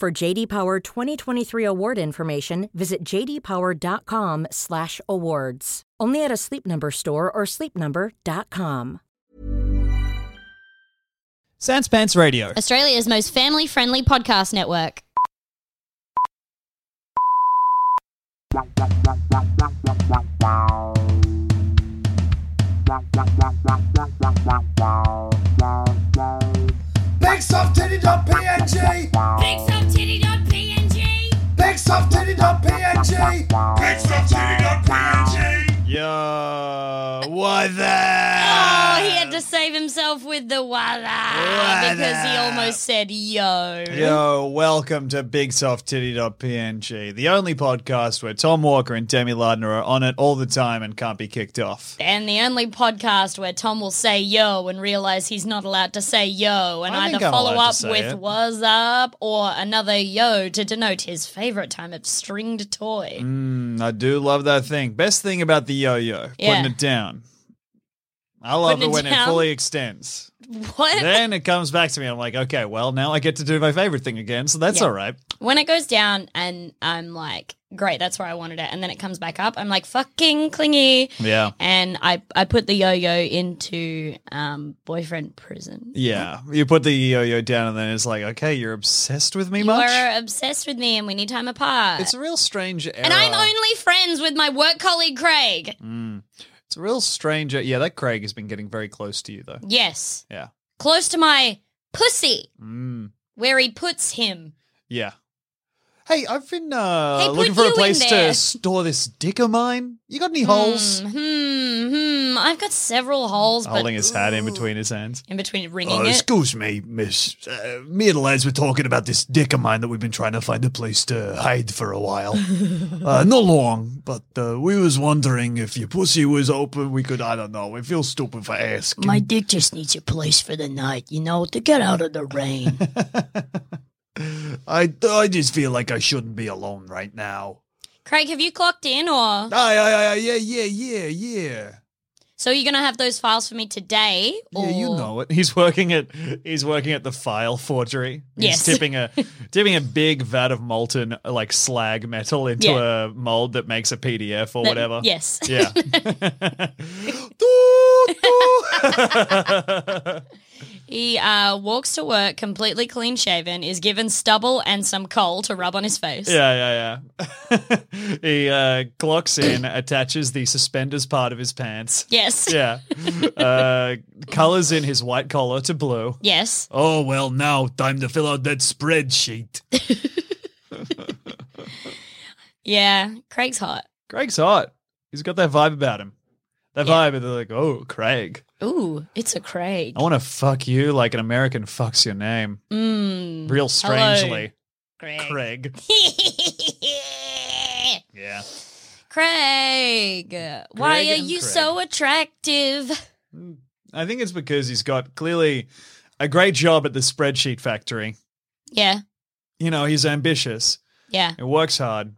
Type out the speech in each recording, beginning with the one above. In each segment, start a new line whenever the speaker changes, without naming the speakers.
For JD Power 2023 award information, visit jdpower.com/awards. Only at a Sleep Number store or sleepnumber.com.
Sans Pants Radio.
Australia's most family friendly podcast network.
BigSoftTitty.png
BigSoftTitty.png
BigSoftTitty.png BigSoftTitty.png
Yo, what the?
Oh, he had to save himself with the wada, because he almost said yo.
Yo, welcome to BigSoftTitty.png, the only podcast where Tom Walker and Demi Lardner are on it all the time and can't be kicked off.
And the only podcast where Tom will say yo and realize he's not allowed to say yo and
I think
either
I'm
follow
allowed to
up
say
with
it.
was up or another yo to denote his favorite time of stringed toy.
Mm, I do love that thing. Best thing about the yo-yo,
Yeah.
putting it down. I love
Putting
it
it
when it
down.
fully extends.
What?
then it comes back to me. I'm like, okay, well, now I get to do my favorite thing again, so that's
Yeah.
all right.
when it goes down and I'm like, great, that's where I wanted it. And then it comes back up, I'm like, fucking clingy.
Yeah.
And I, I put the yo yo into um, boyfriend prison.
Yeah, you put the yo-yo down, and then it's like, okay, you're obsessed with me
You
much.
are obsessed with me and we need time apart.
It's a real strange era.
and I'm only friends with my work colleague, Craig.
Mm. It's a real strange. e-, Yeah, that Craig has been getting very close to you though.
Yes.
Yeah.
Close to my pussy,
Mm,
where he puts him.
yeah. Hey, I've been uh,
Hey, put
looking for
you
a
in
place to
there.
store this dick of mine. You got any holes?
Hmm, hmm, hmm. I've got several holes. but-
Holding his Oh, hat in
Ooh.
between his hands.
In between ringing it.
excuse me, miss. Uh, me and Les were talking about this dick of mine that we've been trying to find a place to hide for a while. uh, not long, but uh, we was wondering if your pussy was open, we could, I don't know, we feel stupid for asking.
My dick just needs a place for the night, you know, to get out of the rain.
I, I just feel like I shouldn't be alone right now.
Craig, have you clocked in or?
Aye, aye, aye, aye, yeah, yeah, yeah, yeah.
So you're gonna have those files for me today? Or...
Yeah, you know it. He's working at he's working at the file forgery. He's
Yes.
tipping a tipping a big vat of molten like slag metal into a mold that makes a PDF or
That-
whatever.
Yes.
Yeah. Toot, toot.
He uh, walks to work completely clean shaven, is given stubble and some coal to rub on his face.
yeah, yeah, yeah. he uh, clocks in, attaches the suspenders part of his pants.
Yes.
Yeah. Uh, colors in his white collar to blue.
Yes.
Oh, well, now time to fill out that spreadsheet.
Yeah. Craig's hot.
Craig's hot. He's got that vibe about him. That
Yeah.
vibe of like, oh, Craig,
Ooh, it's a Craig.
I want to fuck you like an American fucks your name.
Mmm.
Real strangely,
Craig.
Craig. Yeah.
Craig. Why
Craig
are
and
you
Craig.
so attractive?
I think it's because he's got clearly a great job at the spreadsheet factory.
Yeah.
You know, he's ambitious,
Yeah.
he works hard,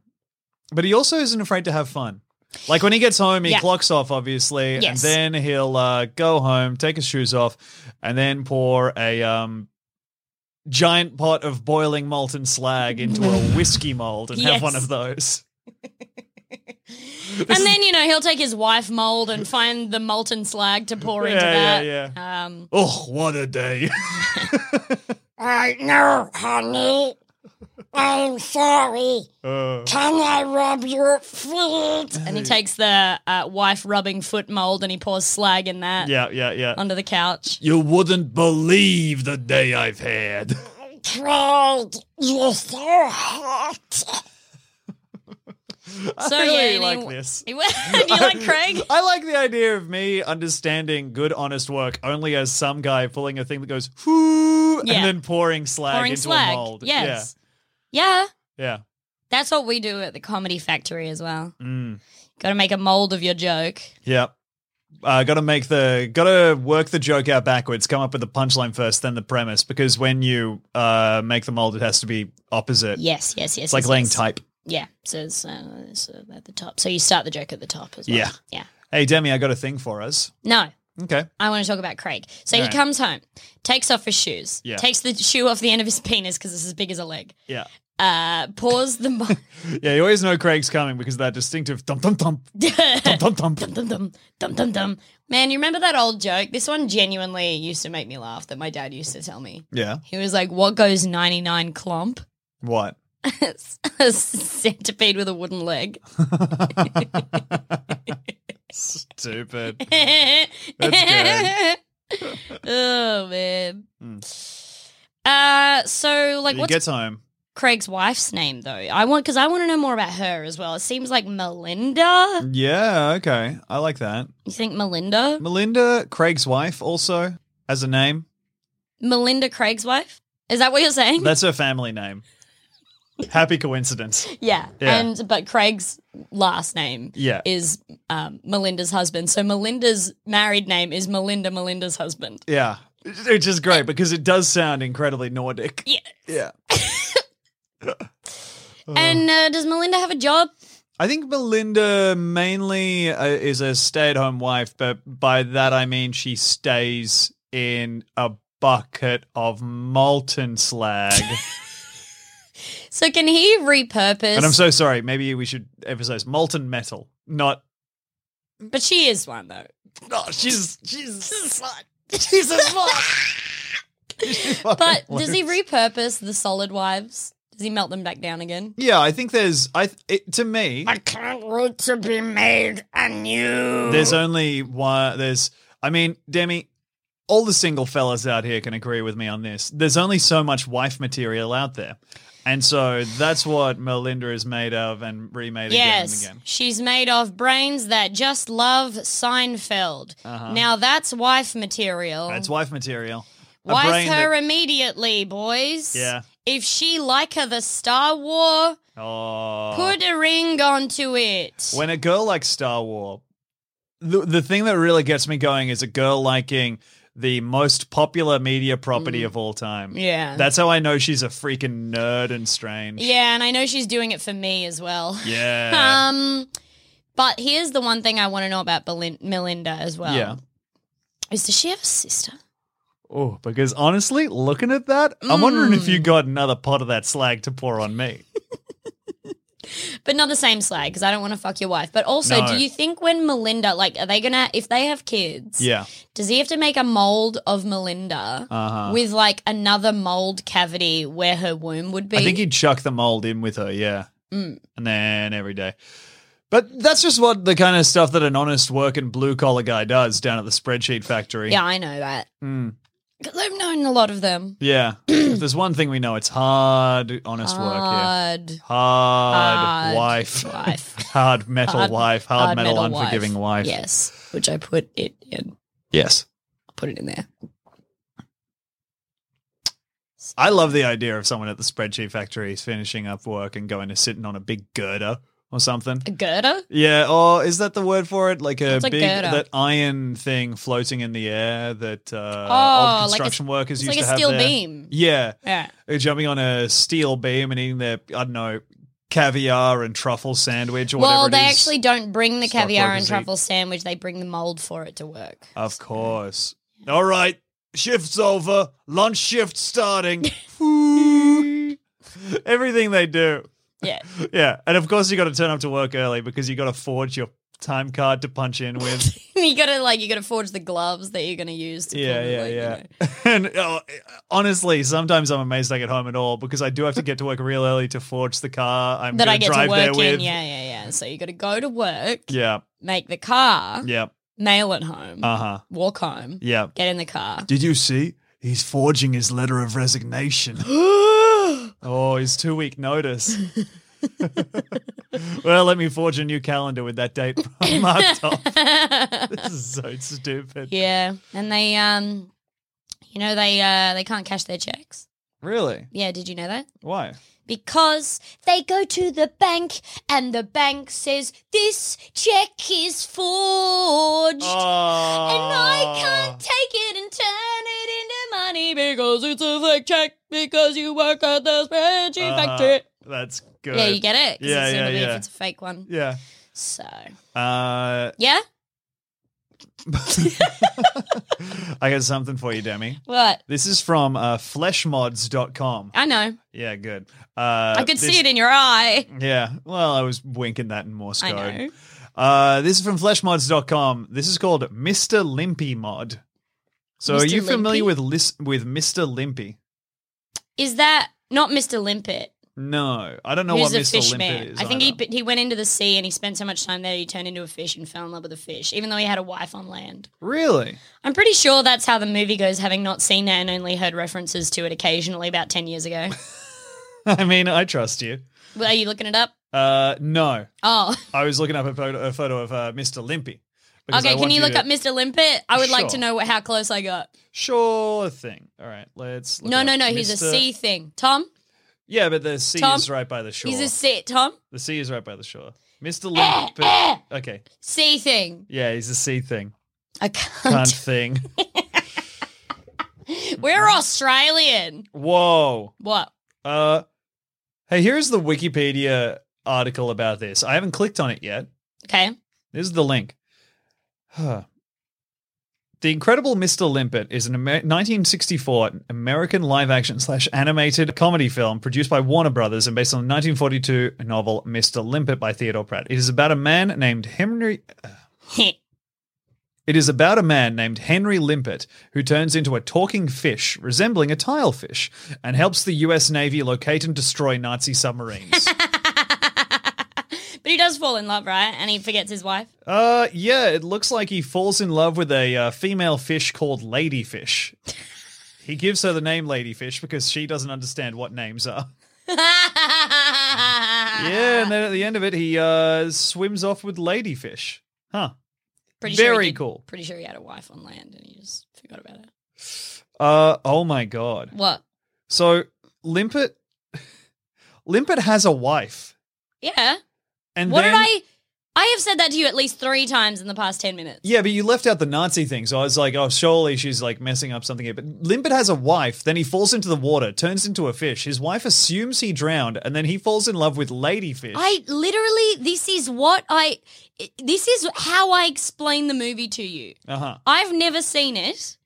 but he also isn't afraid to have fun. Like when he gets home, he
Yeah.
clocks off, obviously,
Yes.
and then he'll uh, go home, take his shoes off, and then pour a um, giant pot of boiling molten slag into a whiskey mold and have
Yes.
one of those.
and then, you know, he'll take his wife mold and find the molten slag to pour
Yeah,
into
yeah,
that.
yeah.
Um,
Oh, what a day!
I know, honey.
I'm sorry.
Uh,
Can I rub your feet?
And he takes the uh, wife rubbing foot mold and he pours slag in that
yeah, yeah, yeah.
under the couch.
You wouldn't believe the day I've had.
Craig, you're so hot.
So
I
yeah,
really
and
like
he,
this.
He, went- do you like Craig?
I like the idea of me understanding good, honest work only as some guy pulling a thing that goes whoo
Yeah.
and then pouring slag
Pouring
into a
slag.
mold.
Yes. Yeah.
Yeah.
That's what we do at the Comedy Factory as well.
Yeah. Mm.
Got to make a mold of your joke.
Yeah. Uh, gotta make the gotta work the joke out backwards. Come up with the punchline first, then the premise. Because when you uh, make the mold, it has to be opposite.
Yes, yes, yes.
It's like
yes,
laying
yes.
type.
Yeah. So it's, uh, it's uh, at the top. So you start the joke at the top as well.
Yeah.
Yeah.
Hey Demi, I got a thing for us.
No,
Okay.
I want to talk about Craig. So he
Alright.
comes home, takes off his shoes,
Yeah.
takes the shoe off the end of his penis because it's as big as a leg.
Yeah.
Uh, pours the mo-
Yeah, you always know Craig's coming because of that distinctive thump thump thump thump thump thump.
dum dum dum dum dum. Man, you remember that old joke? This one genuinely used to make me laugh. That my dad used to tell me.
Yeah.
He was like, "What goes ninety nine clump?"
What?
a centipede with a wooden leg.
Stupid.
That's good. oh man. Uh, so like,
he
what's
gets home.
Craig's wife's name though? I want because I want to know more about her as well. It seems like Melinda.
Yeah, okay. I like that.
You think Melinda?
Melinda, Craig's wife, also as a name.
Melinda Craig's wife? Is that what you're saying?
That's her family name. Happy coincidence.
yeah.
Yeah.
And but Craig's last name
Yeah.
is um, Melinda's husband. So Melinda's married name is Melinda Melinda's husband.
Yeah. Which is great because it does sound incredibly Nordic.
Yeah.
Yeah. Oh.
And uh, does Melinda have a job?
I think Melinda mainly uh, is a stay at home wife, but by that I mean she stays in a bucket of molten slag.
So can he repurpose?
and I'm so sorry. Maybe we should emphasize molten metal, not
but she is one though.
No, she's she's She's a slut.
But does he repurpose the solid wives? Does he melt them back down again?
Yeah, I think there's. I th- it, to me,
I can't wait to be made anew.
there's only one. There's. I mean, Demi, all the single fellas out here can agree with me on this. There's only so much wife material out there, and so that's what Melinda is made of and remade
Yes,
again and again.
she's made of brains that just love Seinfeld.
Uh-huh.
Now that's wife material.
That's wife material. A
Wife
brain that-
her immediately, boys.
Yeah.
If she like her the Star War,
oh.
put a ring onto it.
When a girl likes Star Wars, the the thing that really gets me going is a girl liking the most popular media property of all time.
Mm. yeah.
That's how I know she's a freaking nerd and strange.
yeah, and I know she's doing it for me as well.
Yeah.
Um, but here's the one thing I want to know about Belin- Melinda as well.
Yeah.
Is does she have a sister?
Oh, because honestly, looking at that, I'm wondering if
Mm.
you got another pot of that slag to pour on me.
But not the same slag because I don't want to fuck your wife. But also,
No.
do you think when Melinda, like, are they gonna if they have kids?
Yeah.
Does he have to make a mold of Melinda
Uh-huh.
with like another mold cavity where her womb would be?
I think he'd chuck the mold in with her, yeah.
Mm.
And then every day. But that's just what the kind of stuff that an honest working blue collar guy does down at the spreadsheet factory.
yeah, I know that
Mm.
because I've known a lot of them.
Yeah. if there's one thing we know, it's hard, honest work here.
Hard
Hard,
Hard
wife.
wife.
hard metal
Hard-
wife. Hard,
hard
metal,
metal wife.
unforgiving wife.
yes, which I put it in.
Yes.
I put it in there.
I love the idea of someone at the spreadsheet factory finishing up work and going to sitting on a big girder or something.
A girder.
Yeah, or is that the word for it? Like a
It's a
big
girder.
that iron thing floating in the air that uh,
Oh,
old
like a-
construction workers
it's
used to
like a
have
steel
there.
beam.
Yeah,
Yeah.
They're jumping on a steel beam and eating their I don't know caviar and truffle sandwich or
Well,
whatever.
they
it is.
actually don't bring the caviar
Stockbrokers
and
eat.
truffle sandwich. They bring the mold for it to work.
Of course. All right. Shift's over. Lunch shift starting. Everything they do.
Yeah.
Yeah. And of course, you got to turn up to work early because you got to forge your time card to punch in with.
you gotta like you gotta forge the gloves that you're gonna use. To
Yeah,
pull,
yeah,
like, you
yeah.
know.
and oh, honestly, sometimes I'm amazed I get home at all because I do have to get to work real early to forge the car I'm
that
gonna
I get
drive
to
there
work
with.
in. Yeah, yeah, yeah. So you got to go to work,
yeah,
make the car,
yeah.
mail it home,
Uh huh.
walk home,
Yeah.
get in the car.
Did you see? He's forging his letter of resignation. oh, his two week notice. well, let me forge a new calendar with that date marked off. This is so stupid.
yeah, and they um, you know they uh they can't cash their checks.
Really?
Yeah, did you know that?
Why?
Because they go to the bank and the bank says this check is forged. And I can't take it and turn it into money because it's a fake check because you work at the spreadsheet
Ah,
factory.
That's Uh-huh. good.
Yeah, you get it. 'cause
Yeah,
it's
yeah,
gonna be
yeah.
If it's a fake one,
Yeah.
so
Uh,
yeah,
Uh, I got something for you, Demi.
what
This is from uh, fleshmods.com.
I know,
Yeah, good. Uh,
I could see it in your eye.
Yeah. Well, I was winking that in Morse
I
code.
know.
Uh, this is from fleshmods.com. This is called Mr. Limpy Mod. So are
Mr.
you familiar with
Limpy?
lis- with Mr. Limpy?
Is that not Mr. Limpet?
No. I don't know
who's
what
a
Mr.
fish
Limpy
man?
is.
I think
either.
he he he went into the sea and he spent so much time there he turned into a fish and fell in love with a fish, even though he had a wife on land.
Really?
I'm pretty sure that's how the movie goes, having not seen it and only heard references to it occasionally about ten years ago.
I mean, I trust you.
Well, Are you looking it up?
Uh, no.
Oh,
I was looking up a photo, a photo of uh, Mr. Limpy. because I
okay. Can
want
you look
to-
up Mr. Limpet? I would like to
Sure.
know what, how close I got.
Sure thing. All right, let's. look
no,
up
no, no. He's a
Mr.
sea thing. Tom,
Yeah, but the sea
Tom,
is right by the shore.
he's a sea. Tom,
the sea is right by the shore. Mr. Limpy. okay.
sea thing.
Yeah, he's a sea thing.
I can't.
Cunt thing.
We're Australian.
Whoa.
What?
Uh, hey, here's the Wikipedia article about this. I haven't clicked on it yet.
Okay.
This is the link. Huh. The Incredible Mr. Limpet is an Amer- 1964 American live action slash animated comedy film produced by Warner Brothers and based on the 1942 novel Mr. Limpet by Theodore Pratt. It is about a man named Henry. It is about a man named Henry Limpet who turns into a talking fish resembling a tilefish and helps the U.S. Navy locate and destroy Nazi submarines.
but he does fall in love, right? And he forgets his wife.
Uh, yeah, it looks like he falls in love with a uh, female fish called Ladyfish. he gives her the name Ladyfish because she doesn't understand what names are.
Ah.
Yeah, and then at the end of it, he uh, swims off with Ladyfish. Huh.
Pretty
Very
he did-
cool.
Pretty sure he had a wife on land and he just forgot about it.
Uh, oh my god.
What?
So Limpet, Limpet has a wife,
Yeah.
and
What
then,
did I? I have said that to you at least three times in the past ten minutes.
Yeah, but you left out the Nazi thing, so I was like, oh, surely she's like messing up something here. But Limpet has a wife, then he falls into the water, turns into a fish. His wife assumes he drowned, and then he falls in love with Ladyfish.
I literally, this is what I, this is how I explain the movie to you.
Uh huh.
I've never seen it,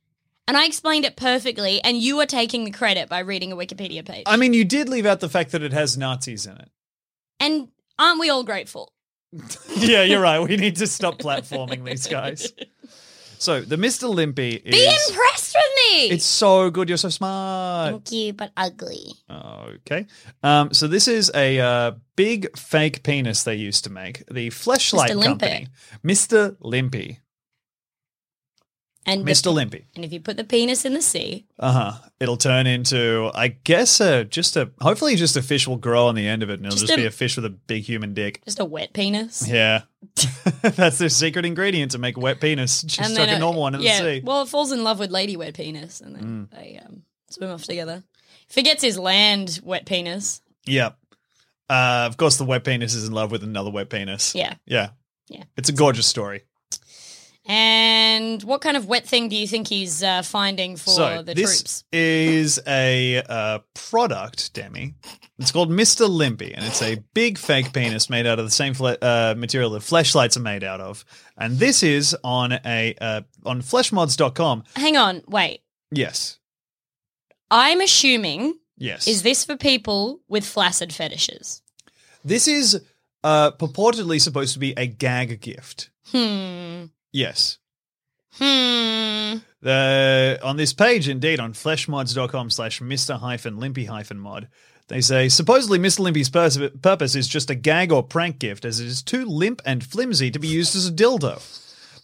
and I explained it perfectly, and you are taking the credit by reading a Wikipedia page.
I mean, you did leave out the fact that it has Nazis in it.
and aren't we all grateful?
yeah, you're right. We need to stop platforming these guys. So the Mr. Limpy is.
Be impressed with me.
It's so good. You're so smart.
Thank you, but ugly.
Okay. Um, so this is a uh, big fake penis they used to make. The fleshlight
Mr. Limpy.
company, Mr. Limpy,
And the-
Mr. Limpy.
and if you put the penis in the sea,
Uh huh. It'll turn into, I guess, a just a. Hopefully, just a fish will grow on the end of it, and it'll
Just
just,
a-
be a fish with a big human dick.
just a wet penis.
Yeah, that's their secret ingredient to make wet penis. Just like a
it-
normal one in the
yeah,
sea. Mm.
Well, it falls in love with Lady Wet Penis, and then they um, swim off together. Forgets his land wet penis.
yeah. Uh, of course, the wet penis is in love with another wet penis.
Yeah.
Yeah.
Yeah.
It's a gorgeous story.
And what kind of wet thing do you think he's uh, finding for
so
the
this
troops?
is a uh, product, Demi. It's called Mr. Limpy, and it's a big fake penis made out of the same fle- uh, material that fleshlights are made out of. And this is on a uh, on fleshmods.com.
Hang on, wait.
Yes,
I'm assuming
yes.
is this for people with flaccid fetishes?
this is uh, purportedly supposed to be a gag gift.
Hmm.
Yes.
Hmm.
The, on this page, indeed, on fleshmods.com slash Mr hyphen Limpy hyphen mod, they say supposedly Mr. Limpy's pers- purpose is just a gag or prank gift, as it is too limp and flimsy to be used as a dildo.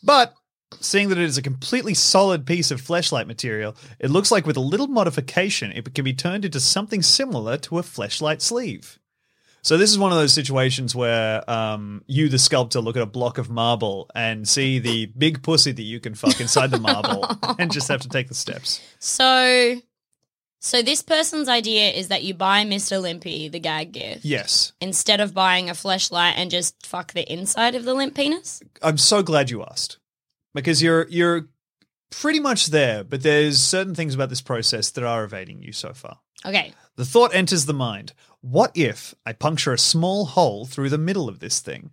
But seeing that it is a completely solid piece of fleshlight material, it looks like with a little modification, it can be turned into something similar to a fleshlight sleeve. So this is one of those situations where um, you, the sculptor, look at a block of marble and see the big pussy that you can fuck inside the marble, and just have to take the steps.
So, so this person's idea is that you buy Mr. Limpy the gag gift
Yes,
instead of buying a fleshlight and just fuck the inside of the limp penis.
I'm so glad you asked because you're you're pretty much there, but there's certain things about this process that are evading you so far.
Okay.
The thought enters the mind what if I puncture a small hole through the middle of this thing?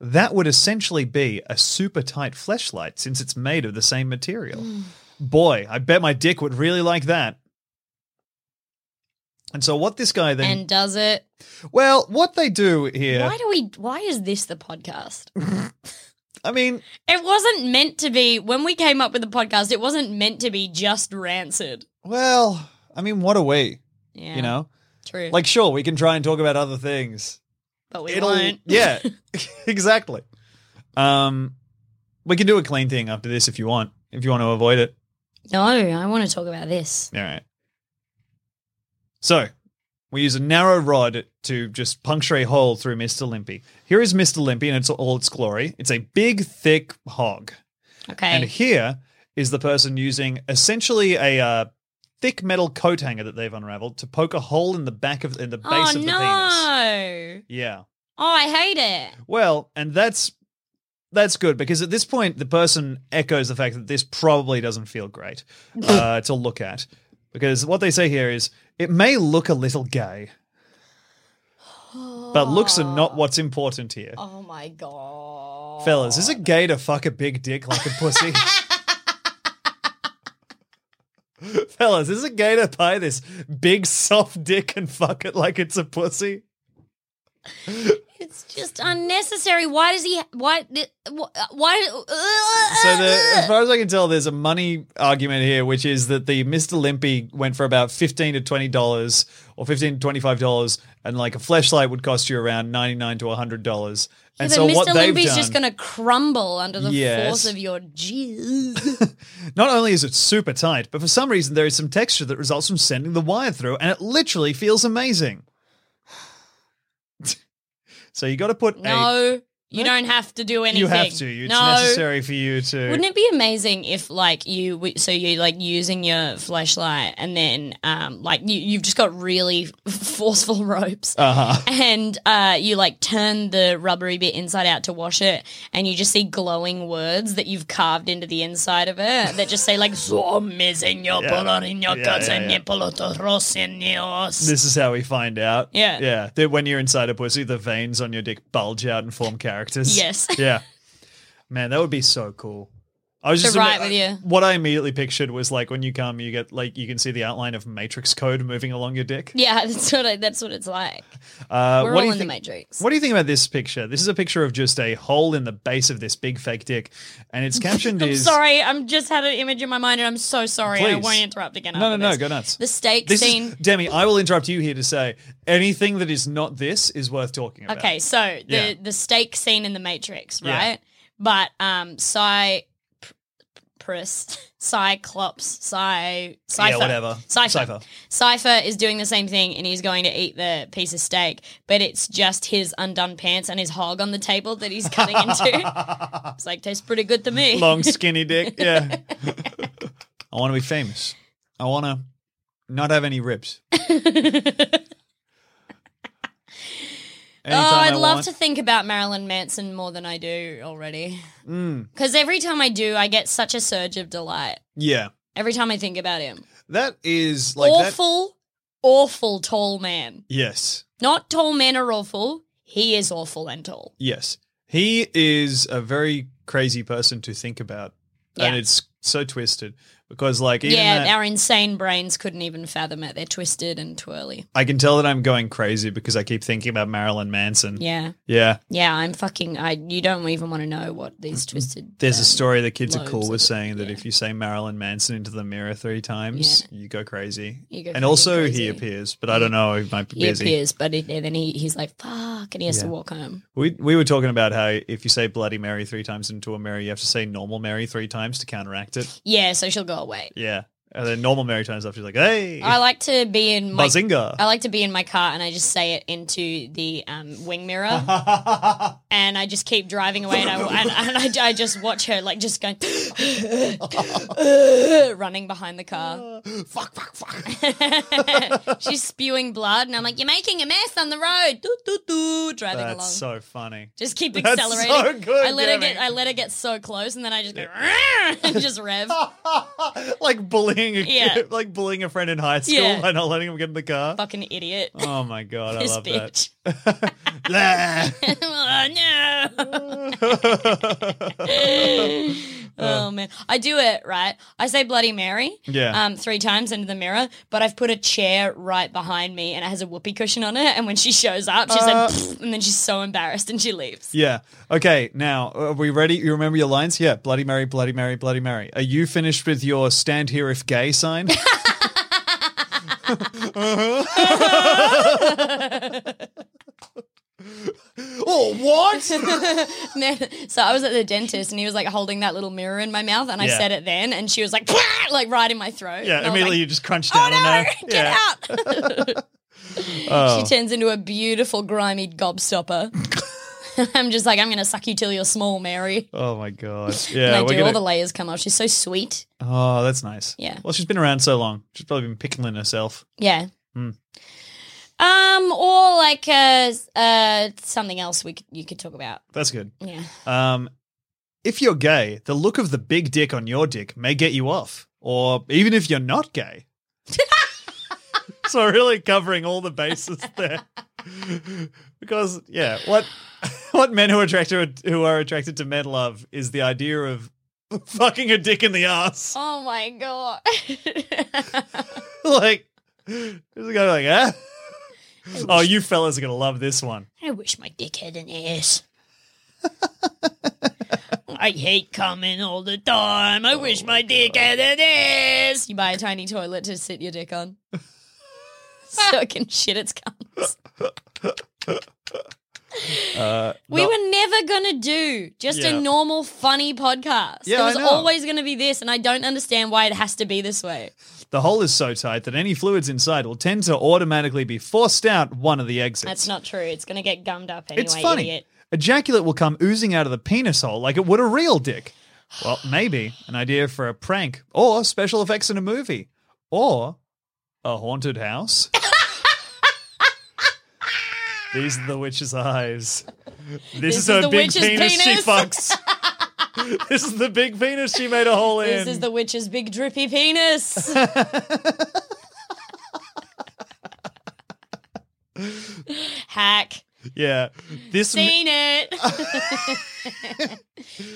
That would essentially be a super tight fleshlight since it's made of the same material. Boy, I bet my dick would really like that. And so, what this guy then.
And does it?
well, what they do here.
Why do we? Why is this the podcast?
I mean,
It wasn't meant to be. When we came up with the podcast, it wasn't meant to be just rancid.
well, I mean, what are we?
Yeah.
You know?
True.
Like, sure, we can try and talk about other things.
but we won't.
Yeah, exactly. Um, we can do a clean thing after this if you want. If you want to avoid it,
No, I want to talk about this.
all right. So we use a narrow rod to just puncture a hole through Mister Limpy. Here is Mister Limpy in its all its glory. It's a big, thick hog, and
Okay.
here is the person using essentially a uh, thick metal coat hanger that they've unraveled to poke a hole in the back of in the base
Oh
of the penis.
no!
Yeah.
Oh, I hate it.
Well, and that's that's good because at this point the person echoes the fact that this probably doesn't feel great uh, to look at because what they say here is it may look a little gay, but looks are not what's important here.
Oh my god.
Fellas, is it gay to fuck a big dick like a pussy? Fellas, is it gay to buy this big soft dick and fuck it like it's a pussy?
It's just unnecessary. Why does he? Why? Why?
so the, as far as I can tell, there's a money argument here, which is that the Mr. Limpy went for about fifteen to twenty dollars, or fifteen to twenty-five dollars, and like a flashlight would cost you around ninety-nine to hundred dollars.
Yeah,
And
but
so
Mr.
what they've
Limpy's
done,
just going to crumble under the
Yes.
force of your jizz.
not only is it super tight, but for some reason there is some texture that results from sending the wire through, and it literally feels amazing. so you got to put a.
No, you don't have to do anything.
You have to. It's
no.
necessary for you to.
Wouldn't it be amazing if, like, you w- so you like using your flashlight and then, um, like you you've just got really forceful ropes.
Uh huh.
and uh, you like turn the rubbery bit inside out to wash it, and you just see glowing words that you've carved into the inside of it that just say like "zombies in your
Yeah.
blood, in your
Yeah,
guts,
yeah,
and
yeah.
your pelotos in yours."
This is how we find out.
Yeah.
Yeah. That when you're inside a pussy, the veins on your dick bulge out and form characters.
Yes.
Yeah. Man, that would be so cool. I was
To
just
write with you.
What I immediately pictured was like when you come, you get like you can see the outline of matrix code moving along your dick.
yeah, that's what I, that's what it's like.
Uh,
We're
what
all
do you
in the
think-
Matrix.
What do you think about this picture? This is a picture of just a hole in the base of this big fake dick, and it's captioned
I'm
is
sorry, I'm just had an image in my mind, and I'm so sorry. I
Please.
won't interrupt again.
No,
after
no, no,
this.
go nuts.
The steak
This
scene.
is, Demi, I will interrupt you here to say anything that is not this is worth talking about.
Okay, so the
Yeah.
the steak scene in the Matrix,
Yeah.
right? But um, Cy, P- Pris, Cyclops, Cy, Cipher,
Yeah, whatever.
Cipher.
Cipher.
Cipher, Cipher is doing the same thing, and he's going to eat the piece of steak, but it's just his undone pants and his hog on the table that he's cutting into. it's like tastes pretty good to me.
long skinny dick. Yeah. I want to be famous. I want to not have any ribs.
Oh, I'd love to think about Marilyn Manson more than I do already.
Mm.
Because every time I do, I get such a surge of delight.
yeah,
Every time I think about him.
that is like that-
awful, awful tall man.
Yes,
Not tall men are awful. He is awful and tall.
yes. He is a very crazy person to think about, and
Yeah.
it's so twisted because like even
yeah,
that-
our insane brains couldn't even fathom it. They're twisted and twirly.
I can tell that I'm going crazy because I keep thinking about Marilyn Manson.
Yeah.
Yeah.
Yeah, I'm fucking I you don't even want to know what these twisted
There's a
um,
story the kids at
lobes
cool
of
was
it,
saying that
yeah.
if you say Marilyn Manson into the mirror three times, you go crazy.
You go
and
fucking
also
crazy.
he appears, but I don't know. He might be
he
busy.
appears, but it, and then he, he's like, fuck, and he has to
Yeah.
walk home.
We we were talking about how if you say Bloody Mary three times into a Mary, you have to say Normal Mary three times to counteract it.
Yeah, so she'll go away.
Yeah. And then Normal Mary times after, she's like, hey,
I like to be in my
Bazinga.
I like to be in my car and I just say it into the um, wing mirror and I just keep driving away and I and, and I, I just watch her like just going running behind the car.
fuck, fuck, fuck.
She's spewing blood and I'm like, "You're making a mess on the road." Doo, doo, doo, driving along.
That's so funny.
just keep
That's so
accelerating.
good,
I let her
Gabby.
get I let her get so close and then I just go and just rev.
like bullying a
Yeah.
kid, like bullying a friend in high school
Yeah.
and not letting him get in the car.
Fucking idiot.
Oh my god, I
this
love
bitch.
that.
oh no. oh man. I do it, right? I say Bloody Mary.
Yeah.
Um, three times into the mirror, but I've put a chair right behind me and it has a whoopee cushion on it. And when she shows up, she's
Uh.
like, "Pfft," and then she's so embarrassed and she leaves.
yeah. Okay. Now, are we ready? You remember your lines? Yeah. Bloody Mary, Bloody Mary, Bloody Mary. Are you finished with your stand here if gay sign? Uh-huh. oh, what?
And then- so I was at the dentist and he was like holding that little mirror in my mouth and I
Yeah.
said it then and she was like, like right in my throat.
Yeah.
And I was
Immediately, you
like,
just crunch
Oh
down on
no,
her.
get
yeah. Oh.
out. She turns into a beautiful, grimy gobstopper. I'm just like, I'm going to suck you till you're small, Mary.
Oh my god. Yeah.
and I
we're
do.
gonna-
All the layers come off. She's so sweet.
Oh, that's nice.
Yeah.
Well, she's been around so long. She's probably been pickling herself.
Yeah.
Hmm.
Um, or like uh, s- uh, something else we could, you could talk about.
That's good.
Yeah.
Um, if you're gay, the look of the big dick on your dick may get you off, or even if you're not gay. so really covering all the bases there, because yeah, what what men who are attracted who are attracted to men love is the idea of fucking a dick in the ass.
Oh my god.
like, there's a guy like, ah, oh, you fellas are gonna love this one.
I wish my dick had an ass. I hate coming all the time. I wish Oh my dick had an ass. You buy a tiny toilet to sit your dick on. so it can shit its cunts. we were never gonna do just
Uh, Yeah.
a normal funny podcast.
Yeah,
there
I
was
know.
always gonna be this, and I don't understand why it has to be this way.
The hole is so tight that any fluids inside will tend to automatically be forced out one of the exits.
That's not true. It's gonna get gummed up anyway,
It's funny.
idiot.
Ejaculate will come oozing out of the penis hole like it would a real dick. Well, maybe an idea for a prank, or special effects in a movie, or a haunted house. These are the witch's eyes. This, is, her
the
big
witch's
penis, she
penis.
fucks. this is the big penis she made a hole in.
This is the witch's big drippy penis. Hack.
yeah. This
Seen it.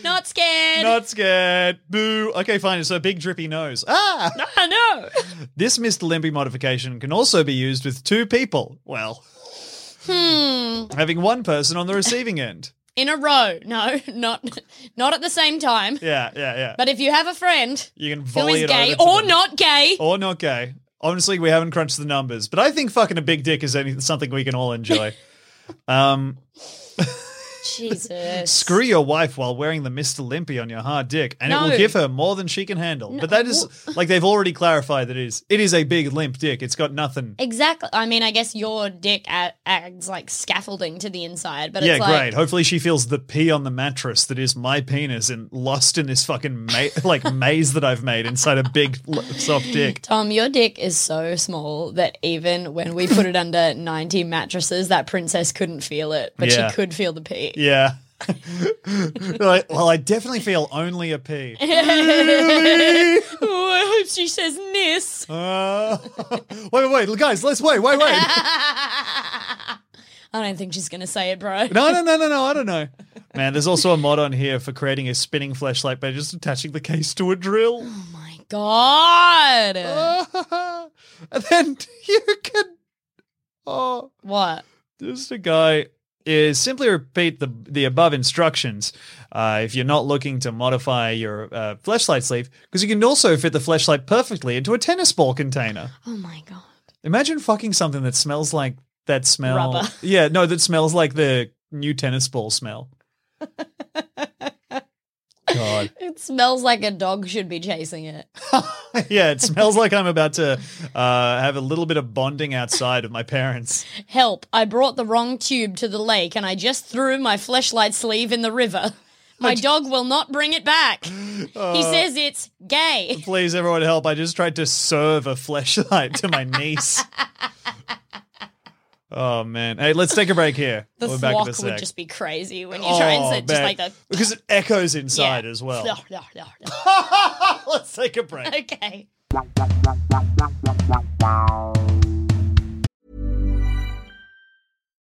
Not scared.
Not scared. Boo. Okay, fine. It's a big drippy nose. Ah!
I know.
This Mr. Limpy modification can also be used with two people. Well,
Hmm.
having one person on the receiving end.
In a row. No, not not at the same time.
Yeah, yeah, yeah.
But if you have a friend
you can
who
volley it
is gay
over to
or
them. Oh.
not gay,
Or not gay. Honestly, we haven't crunched the numbers, but I think fucking a big dick is any, something we can all enjoy. um,
Jesus.
screw your wife while wearing the Mr. Limpy on your hard dick, and it
No.
will give her more than she can handle. But that is like they've already clarified that it is it is a big limp dick. It's got nothing.
Exactly. I mean, I guess your dick a- acts like scaffolding to the inside, but
yeah,
it's like
great. Hopefully, she feels the pee on the mattress that is my penis and lost in this fucking ma- like maze that I've made inside a big l- soft dick.
Tom, your dick is so small that even when we put it under 90 mattresses, that princess couldn't feel it, but
Yeah.
she could feel the pee.
Yeah. Like, well, I definitely feel only a pee.
Oh, I hope she says Nis.
Uh, wait, wait, wait, guys, let's wait, wait, wait.
I don't think she's going to say it, bro.
No, no, no, no, no. I don't know. Man, there's also a mod on here for creating a spinning flashlight by just attaching the case to a drill.
My God.
and then you can. Oh,
what?
just a guy. Is simply repeat the the above instructions uh, if you're not looking to modify your uh, flashlight sleeve, because you can also fit the flashlight perfectly into a tennis ball container.
Oh my God.
Imagine fucking something that smells like that smell.
Rubber.
Yeah, no, that smells like the new tennis ball smell. God.
It smells like a dog should be chasing it.
yeah, it smells like I'm about to uh, have a little bit of bonding outside with my parents.
Help, I brought the wrong tube to the lake and I just threw my flashlight sleeve in the river. My dog will not bring it back.
Uh.
he says it's gay.
Please, everyone, help. I just tried to serve a flashlight to my niece. oh, man. Hey, let's take a break here.
The
we'll be back
flock
in a sec.
would just be crazy when you try and
Oh,
say just
man.
like that.
Because it echoes inside as well. let's take a break.
okay.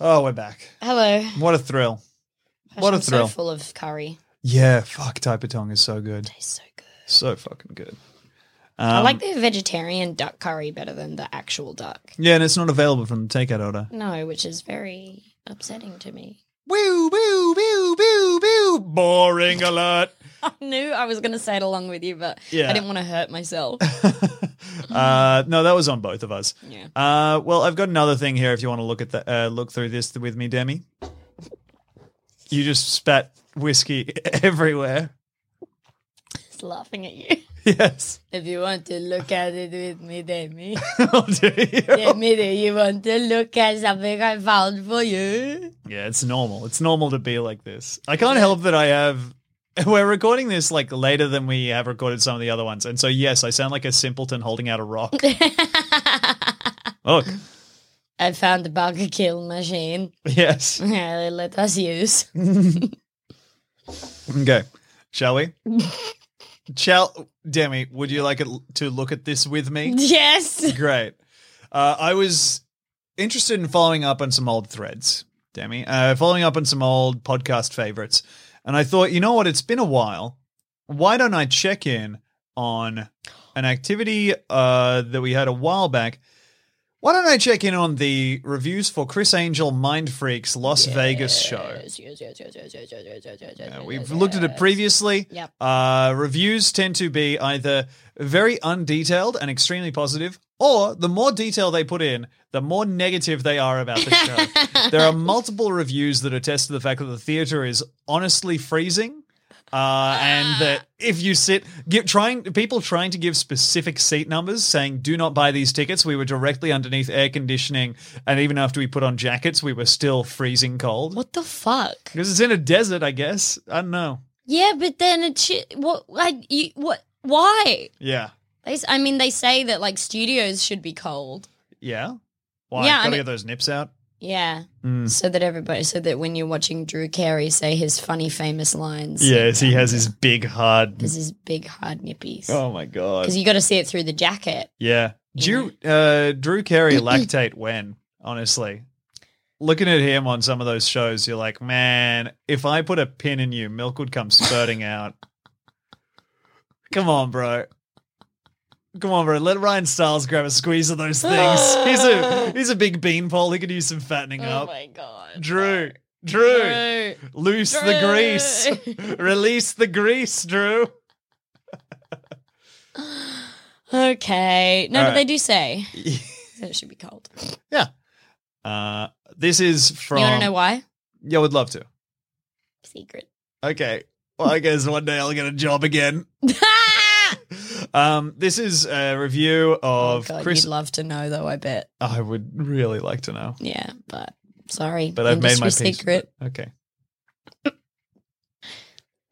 Oh, we're back.
Hello.
What a thrill. What a
I'm so
thrill.
full of curry.
Yeah, fuck, Taipatong is so good.
It's so good.
So fucking good. Um,
I like the vegetarian duck curry better than the actual duck.
Yeah, and it's not available from the takeout order.
No, which is very upsetting to me.
Woo, woo, woo, woo, woo. Boring alert.
I knew I was going to say it along with you, but
Yeah.
I didn't want to hurt myself.
Uh, no, that was on both of us.
Yeah.
Uh, well, I've got another thing here. If you want to look at the uh, look through this with me, Demi. You just spat whiskey everywhere.
Just laughing at you.
Yes.
If you want to look at it with me, Demi.
Oh, dear.
Demi, do you want to look at something I found for you?
Yeah, it's normal. It's normal to be like this. I can't help that I have. We're recording this like later than we have recorded some of the other ones, and so yes, I sound like a simpleton holding out a rock. Look,
I found a bunker kill machine.
yes.
Let us use.
Okay, shall we? Shall Demi? Would you like it to look at this with me?
Yes.
Great. Uh, I was interested in following up on some old threads, Demi, uh, following up on some old podcast favorites. And I thought, you know what? It's been a while. Why don't I check in on an activity uh, that we had a while back? Why don't I check in on the reviews for Chris Angel Mind Freaks Las Vegas show?
Yes, yes, yes, yes, yes, yes, yes, yes, yes, yes, yes,
Uh,
yes,
we've
yes,
looked at it
yes.
previously.
Yep.
Uh, reviews tend to be either very undetailed and extremely positive, or the more detail they put in, the more negative they are about the show. there are multiple reviews that attest to the fact that the theater is honestly freezing. Uh, and that if you sit, give, trying people trying to give specific seat numbers, saying do not buy these tickets. We were directly underneath air conditioning, and even after we put on jackets, we were still freezing cold.
What the fuck?
Because it's in a desert, I guess. I don't know.
Yeah, but then it sh- what like you, what why?
Yeah,
They s- I mean they say that like studios should be cold.
yeah. Why?
Yeah, I
Gotta
mean-
get those nips out.
Yeah.
Mm.
So that everybody so that when you're watching Drew Carey say his funny famous lines.
Yes, he has his big hard.
There's his big hard nippies.
Oh my god.
Because you got to see it through the jacket.
Yeah. Drew, uh, Drew Carey lactate when, honestly. Looking at him on some of those shows, you're like, man, if I put a pin in you, milk would come spurting out. Come on, bro. Come on, bro. Let Ryan Styles grab a squeeze of those things. he's a he's a big beanpole. He could use some fattening up.
Oh god.
Drew, Drew, loose the grease. Release the grease, Drew.
Okay. No,
All
but they
right.
do say that it should be cold.
Yeah. Uh, this is from.
You want to know why?
Yeah, would love to.
Secret.
Okay. Well, I guess one day I'll get a job again. Um, this is a review
oh
of
god,
Chris.
you'd love to know though. I bet.
I would really like to know,
Yeah, but sorry.
but I've made my
Industry
peace.
secret.
Okay.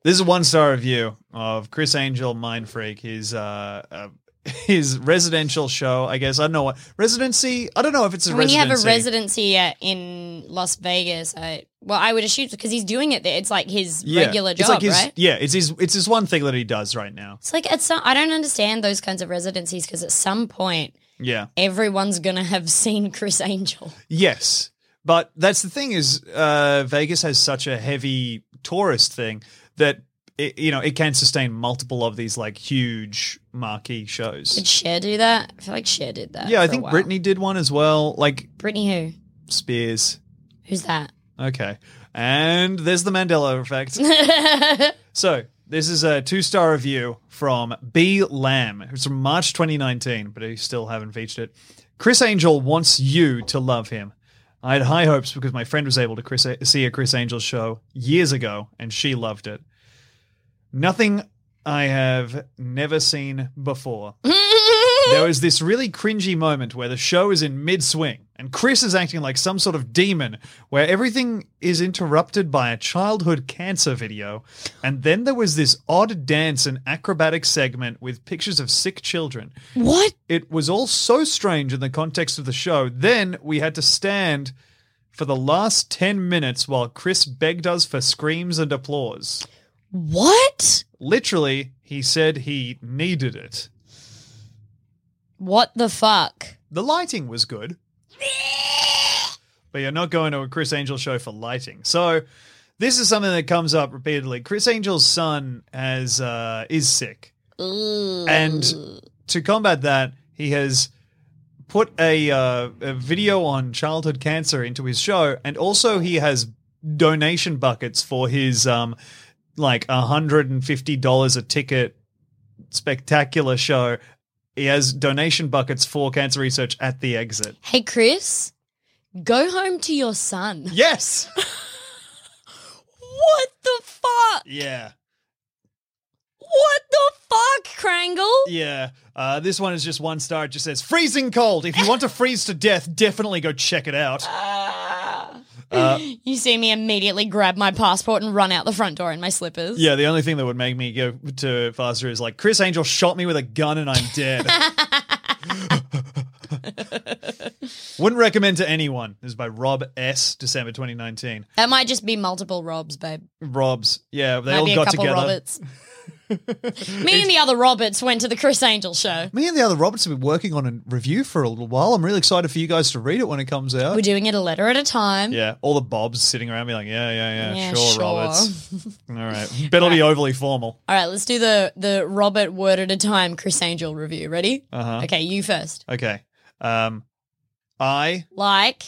This is a one-star review of Chris Angel Mind Freak. His uh, uh, his residential show. I guess I don't know what residency. I don't know if it's a
when you
residency.
have a residency uh, in Las Vegas, I well, I would assume because he's doing it there. It's like his
Yeah.
regular
It's
job,
like his-
right?
Yeah, it's his it's his one thing that he does right now.
It's like at some. I don't understand those kinds of residencies because at some point
Yeah.
everyone's gonna have seen Chris Angel.
Yes, but that's the thing is uh, Vegas has such a heavy tourist thing that it, you know it can sustain multiple of these like huge marquee
Did
shows.
Cher do that? I feel like Cher did that.
Yeah, I
for a
think
while.
Brittany did one as well, like
Brittany who?
Spears.
Who's that?
Okay, and there's the Mandela effect. so this is a two-star review from B Lamb. It's from March 2019, but I still haven't featured it. Chris Angel wants you to love him. I had high hopes because my friend was able to Chris, see a Chris Angel show years ago, and she loved it. Nothing I have never seen before. there was this really cringy moment where the show is in mid swing and Chris is acting like some sort of demon, where everything is interrupted by a childhood cancer video. And then there was this odd dance and acrobatic segment with pictures of sick children.
What?
It was all so strange in the context of the show. Then we had to stand for the last 10 minutes while Chris begged us for screams and applause.
What?
Literally, he said he needed it.
What the fuck?
The lighting was good. But you're not going to a Chris Angel show for lighting. So this is something that comes up repeatedly. Chris Angel's son has uh, is sick. And to combat that, he has put a, uh, a video on childhood cancer into his show, and also he has donation buckets for his um, like hundred and fifty dollars a ticket spectacular show. He has donation buckets for cancer research at the exit.
Hey, Chris, go home to your son.
Yes.
What the fuck?
Yeah.
What the fuck, Krangle?
Yeah. Uh, this one is just one star. It just says freezing cold. If you want to freeze to death, definitely go check it out.
You see me immediately grab my passport and run out the front door in my slippers.
Yeah, the only thing that would make me go to faster is like Chris Angel shot me with a gun and I'm dead. Wouldn't recommend to anyone. This is by Rob S. December 2019.
That might just be multiple Robs, babe.
Rob's. Yeah, they
Might be
all
a
got
couple
together.
Roberts. me and the other Roberts went to the Chris Angel show.
Me and the other Roberts have been working on a review for a little while. I'm really excited for you guys to read it when it comes out.
We're doing it a letter at a time.
Yeah, all the Bobs sitting around me like, yeah, yeah, yeah,
Yeah,
sure,
sure.
Roberts. all right, better be overly formal.
All right, let's do the the Robert word at a time Chris Angel review. Ready?
Uh-huh.
Okay, you first.
Okay, um, I
Like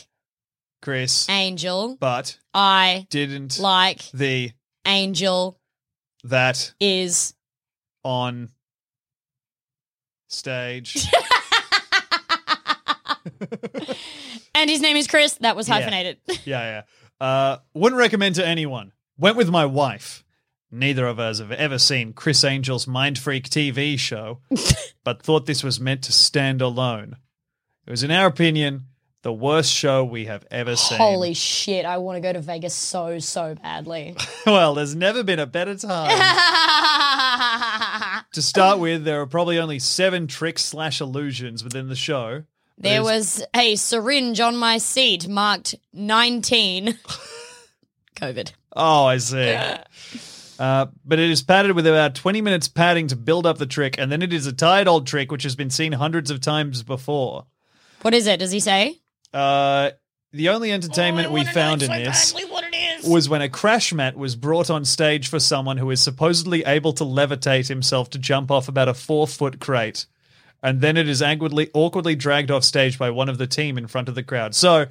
Chris,
Angel,
but
I
didn't
like
the
Angel
that
is
on stage.
and his name is Chris. That was
Yeah.
hyphenated.
yeah, yeah. Uh, wouldn't recommend to anyone. Went with my wife. Neither of us have ever seen Chris Angel's Mind Freak TV show, but thought this was meant to stand alone. It was, in our opinion, the worst show we have ever seen.
Holy shit, I want to go to Vegas so, so badly.
well, there's never been a better time. to start with, there are probably only seven tricks slash illusions within the show.
there
There's-
was a syringe on my seat marked 19. COVID.
Oh, I see. Uh, but it is padded with about 20 minutes padding to build up the trick, and then it is a tired old trick which has been seen hundreds of times before.
What is it? Does he say?
Uh, the only entertainment
Oh,
we found in this was when a crash mat was brought on stage for someone who is supposedly able to levitate himself to jump off about a four foot crate. And then it is awkwardly, awkwardly dragged off stage by one of the team in front of the crowd. So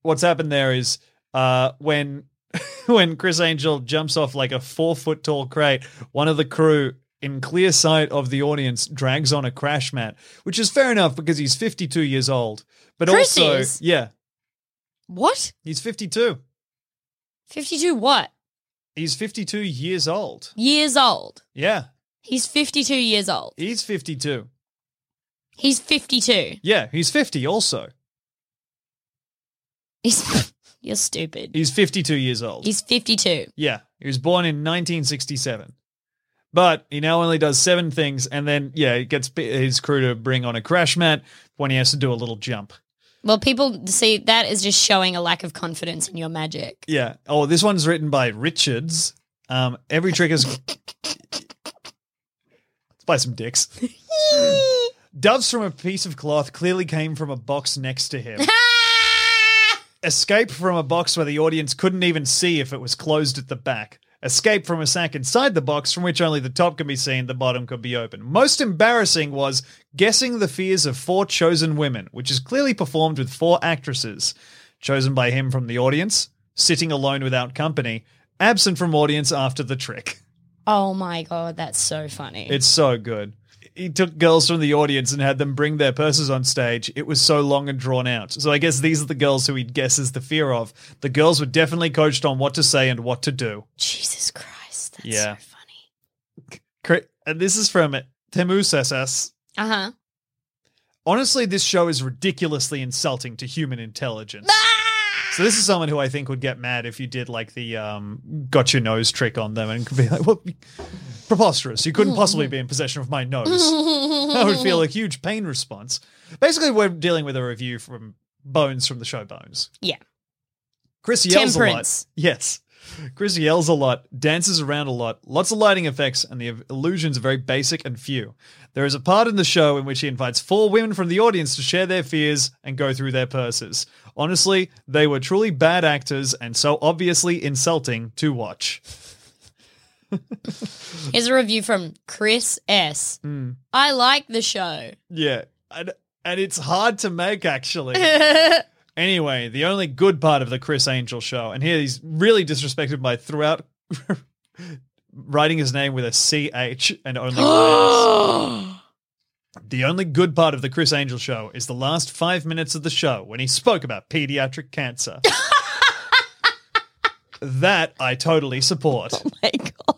what's happened there is uh, when when Chris Angel jumps off like a four foot tall crate, one of the crew in clear sight of the audience drags on a crash mat, which is fair enough because he's 52 years old. But
Chris
also,
is?
yeah,
What?
he's 52.
52 what?
He's 52 years old.
Years old.
Yeah,
He's 52 years old.
he's 52.
He's 52.
Yeah, he's 50 also.
He's, you're stupid.
He's 52 years old.
He's 52.
yeah, he was born in 1967. But he now only does seven things, and then, yeah, he gets p- his crew to bring on a crash mat when he has to do a little jump.
Well, people see that is just showing a lack of confidence in your magic.
Yeah. Oh, this one's written by Richards. Um, every trick is. Let's buy some dicks. Doves from a piece of cloth clearly came from a box next to him. Escape from a box where the audience couldn't even see if it was closed at the back. Escape from a sack inside the box from which only the top could be seen, the bottom could be open. Most embarrassing was guessing the fears of four chosen women, which is clearly performed with four actresses. Chosen by him from the audience, sitting alone without company, absent from audience after the trick.
Oh my god, that's so funny.
It's so good. He took girls from the audience and had them bring their purses on stage. It was so long and drawn out. So I guess these are the girls who he guesses the fear of. The girls were definitely coached on what to say and what to do.
Jesus Christ, that's
Yeah.
so funny.
Cra- And this is from Temu Sesas.
Uh huh.
Honestly, this show is ridiculously insulting to human intelligence. So this is someone who I think would get mad if you did like the um, got your nose trick on them and could be like, "Well, preposterous! You couldn't possibly be in possession of my nose." I would feel a huge pain response. Basically, we're dealing with a review from Bones from the show Bones.
Yeah.
Chris yells
Temperance.
a lot. Yes. Chris yells a lot, dances around a lot, lots of lighting effects, and the illusions are very basic and few. There is a part in the show in which he invites four women from the audience to share their fears and go through their purses. Honestly, they were truly bad actors and so obviously insulting to watch.
Here's a review from Chris S. I like the show.
Yeah, and, and it's hard to make actually. anyway, the only good part of the Chris Angel show, and here he's really disrespected by throughout writing his name with a CH and only. letters. The only good part of the Chris Angel show is the last five minutes of the show when he spoke about pediatric cancer. that I totally support.
Oh My god.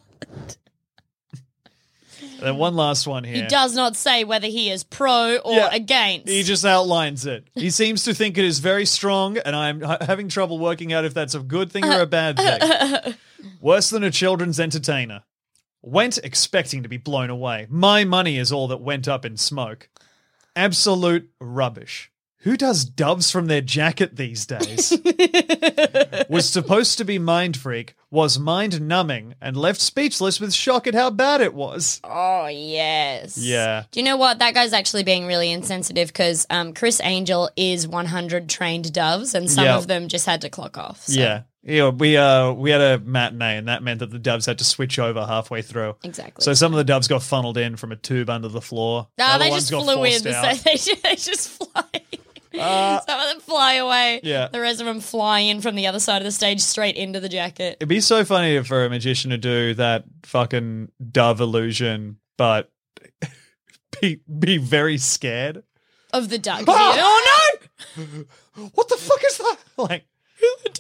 And then one last one here.
He does not say whether he is pro or
Yeah.
against.
He just outlines it. He seems to think it is very strong, and I'm h- having trouble working out if that's a good thing or a bad thing. Worse than a children's entertainer. Went expecting to be blown away. My money is all that went up in smoke. Absolute rubbish. Who does doves from their jacket these days? was supposed to be mind freak, was mind numbing, and left speechless with shock at how bad it was.
Oh yes.
Yeah.
Do you know what? That guy's actually being really insensitive because um, Chris Angel is 100 trained doves, and some
Yeah.
of them just had to clock off. so-
Yeah. Yeah, we uh we had a matinee and that meant that the doves had to switch over halfway through.
Exactly.
So some of the doves got funneled in from a tube under the floor.
No,
Other
they
ones
just
got
flew in.
forced out. Uh,
So they, just, they just fly. Some of them fly away.
Yeah.
The rest of them fly in from the other side of the stage straight into the jacket.
It'd be so funny for a magician to do that fucking dove illusion, but be be very scared. Ah!
Of the duck. oh no!
What the fuck is that? Like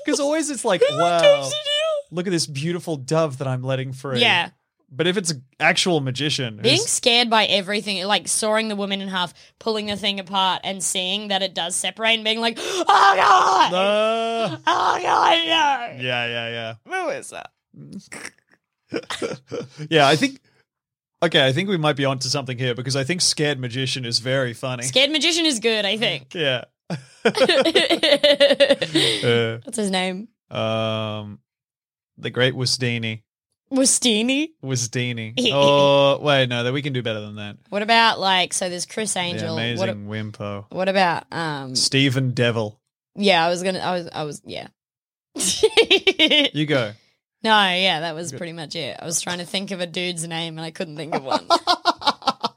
because always it's like wow. look at this beautiful dove that I'm letting free.
Yeah.
But if it's an actual magician,
Being
who's-
scared by everything, like sawing the woman in half, pulling the thing apart, and seeing that it does separate, and being like, "Oh god,
Ah.
oh god, no,
yeah, yeah, yeah.
who is that?"
Yeah, I think. Okay, I think we might be onto something here because I think Scared Magician is very funny.
Scared magician is good, I think.
yeah. Uh,
What's his name?
um, the Great Wisdini.
Wistini.
Wisdini. Oh, wait, no, that we can do better than that.
What about like? So there's Chris
The
Angel.
amazing
what, a-
Wimpo.
what about um?
Stephen Devil.
Yeah, I was gonna. I was. I was. Yeah.
You go.
no, yeah, that was pretty much it. I was trying to think of a dude's name and I couldn't think of one. I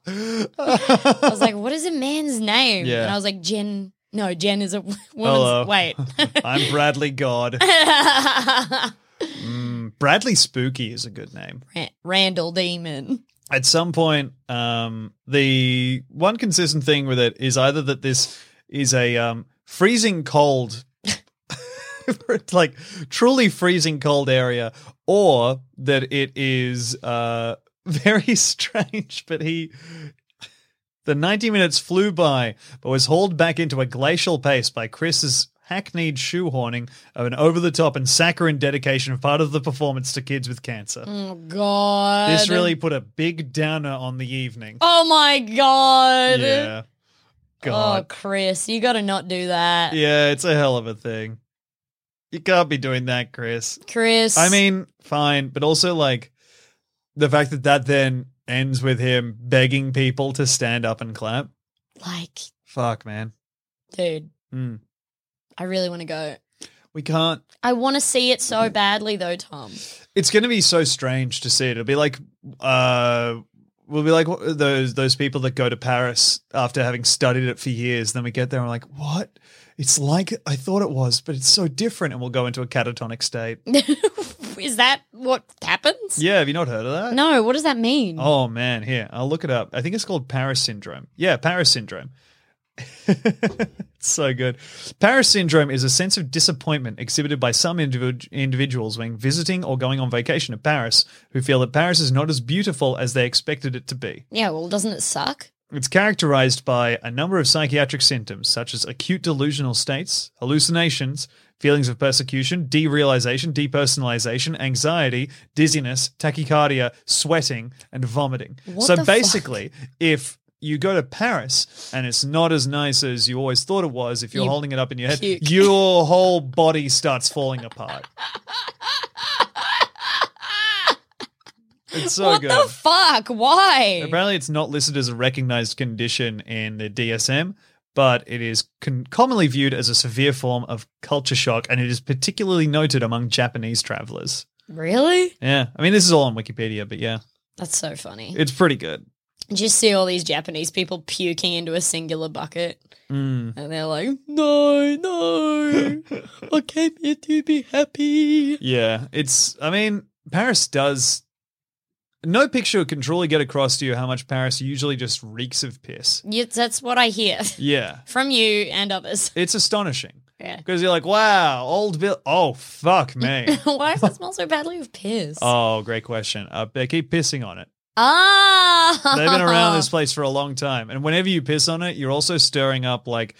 was like, what is a man's name?
Yeah.
And I was like, Jen. No, Jen is a w- woman's.
Hello.
Wait.
I'm Bradley God. Mm, Bradley Spooky is a good name.
Ra- Randall Demon.
at some point, um, the one consistent thing with it is either that this is a um, freezing cold, like truly freezing cold area, or that it is uh, very strange. But he, the 90 minutes flew by, but was hauled back into a glacial pace by Chris's hackneyed shoehorning of an over the top and saccharine dedication of part of the performance to kids with cancer.
Oh, God.
This really put a big downer on the evening.
Oh, my God.
yeah.
Oh,
God.
Chris, you got to not do that.
Yeah, it's a hell of a thing. You can't be doing that, Chris.
Chris.
I mean, fine, but also like the fact that that then ends with him begging people to stand up and clap.
like,
Fuck, man.
dude,
Mm.
I really want to go.
We can't.
I want to see it so badly, though, Tom.
It's going to be so strange to see it. It'll be like, uh, we'll be like wh- those those people that go to Paris after having studied it for years. Then we get there and we're like, what? It's like I thought it was, but it's so different. And we'll go into a catatonic state.
Is that what happens?
Yeah, have you not heard of that?
No, what does that mean?
Oh man, here I'll look it up. I think it's called Paris syndrome. Yeah, Paris syndrome. It's so good. Paris syndrome is a sense of disappointment exhibited by some individ- individuals when visiting or going on vacation to Paris, who feel that Paris is not as beautiful as they expected it to be.
Yeah, well, doesn't it suck?
It's characterized by a number of psychiatric symptoms, such as acute delusional states, hallucinations, feelings of persecution, derealization, depersonalization, anxiety, dizziness, tachycardia, sweating, and vomiting.
What
so
the
basically, if you go to Paris and it's not as nice as you always thought it was, if you're
You
holding it up in your head,
puke.
your whole body starts falling apart. It's so
what
good.
the fuck? Why?
Apparently, it's not listed as a recognized condition in the DSM, but it is con- commonly viewed as a severe form of culture shock, and it is particularly noted among Japanese travelers.
really?
Yeah, I mean, this is all on Wikipedia, but yeah,
That's so funny.
it's pretty good.
Just see all these Japanese people puking into a singular bucket,
Mm.
and they're like, "No, no, I came here to be happy."
Yeah, it's. I mean, Paris does. No picture can truly get across to you how much Paris usually just reeks of piss.
Yeah, that's what I hear
Yeah,
from you and others.
it's astonishing
Yeah.
because you're like, wow, old Bill. Oh, fuck me.
Why does it smell so badly of piss?
oh, great question. Uh, they keep pissing on it.
ah,
They've been around this place for a long time. And whenever you piss on it, you're also stirring up like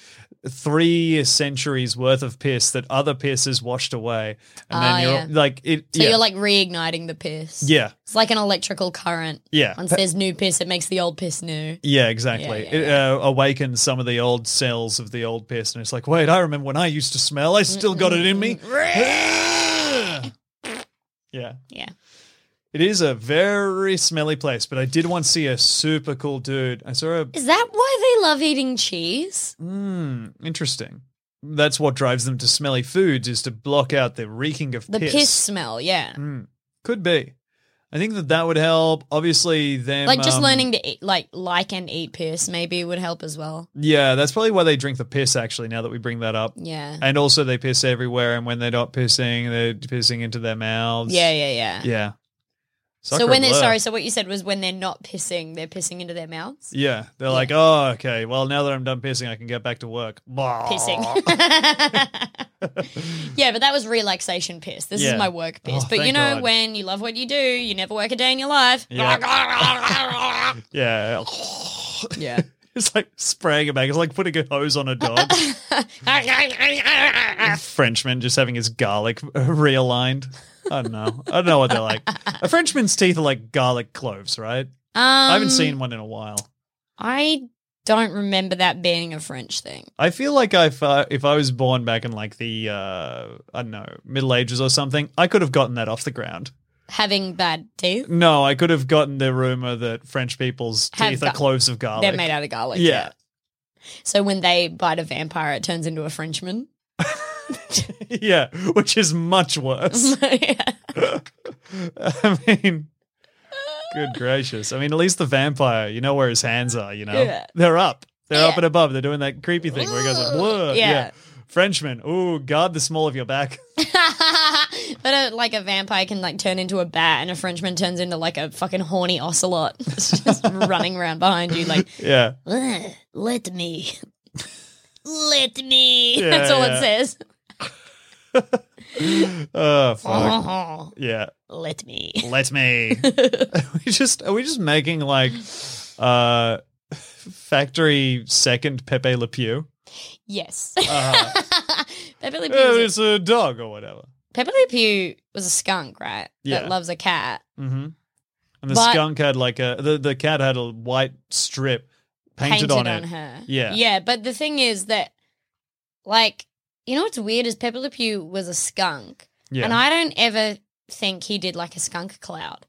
three centuries worth of piss that other piss is washed away. And
Ah,
then you're
yeah.
like, it.
So
yeah.
you're like reigniting the piss.
yeah.
It's like an electrical current.
Yeah.
Once there's new piss, it makes the old piss new.
Yeah, exactly.
Yeah, yeah,
It uh, awakens some of the old cells of the old piss. And it's like, wait, I remember when I used to smell. I still got it in me. yeah.
Yeah.
It is a very smelly place, but I did once see a super cool dude. I saw a
Is that why they love eating cheese?
Hmm, interesting. That's what drives them to smelly foods is to block out the reeking of
The piss,
piss.
smell, yeah.
Could be. I think that that would help. Obviously, them
like just
um,
learning to eat, like like and eat piss maybe would help as well.
Yeah, that's probably why they drink the piss. Actually, now that we bring that up,
Yeah.
and also they piss everywhere, and when they're not pissing, they're pissing into their mouths.
yeah, yeah, yeah,
yeah.
so when
Sacre
they're
bleu.
sorry, so what you said was when they're not pissing, they're pissing into their mouths.
Yeah, they're like, oh, okay. Well, now that I'm done pissing, I can get back to work. Blah.
Pissing. yeah, but that was relaxation piss. This
Yeah.
is my work piss.
Oh,
but you
thank
know,
God.
when you love what you do, you never work a day in your life. Oh
Yeah. yeah.
Yeah.
It's like spraying it back. It's like putting a hose on a dog. Frenchman just having his garlic uh, realigned. I don't know. I don't know what they're like. A Frenchman's teeth are like garlic cloves, right?
Um,
I haven't seen one in a while.
I don't remember that being a French thing.
I feel like if I, if I was born back in like the uh, I don't know Middle Ages or something, I could have gotten that off the ground.
Having bad teeth,
No, I could have gotten the rumor that French people's
Have
teeth are
got-
cloves of garlic.
they're made out of garlic.
yeah,
So when they bite a vampire, it turns into a Frenchman.
yeah, which is much worse.
yeah.
I mean, good gracious! I mean, at least the vampire, you know where his hands are. You know,
Yeah.
they're up, they're up
Yeah.
and above. They're doing that creepy thing where he goes like, "Whoa,
Yeah.
Frenchman, ooh, guard the small of your back."
but uh like a vampire can like turn into a bat, and a Frenchman turns into like a fucking horny ocelot, It's just running around behind you. Like
Yeah,
Ugh, let me.
let me.
Yeah,
That's all
yeah.
it says.
oh fuck,
Oh,
yeah.
let me.
Let me. are we just are we just making like uh factory second Pepe Le Pew?
Yes.
Uh,
Pepe Le Pew.
oh, it's
was
a dog or whatever.
a- Pepe Le Pew was a skunk, right?
Yeah.
That loves a cat.
Mm-hmm. And the
But-
skunk had like a the, the cat had a white strip painted, on, it.
her.
Yeah.
Yeah, but the thing is that, like, you know what's weird is Pepe Le Pew was a skunk,
Yeah.
and I don't ever think he did like a skunk cloud.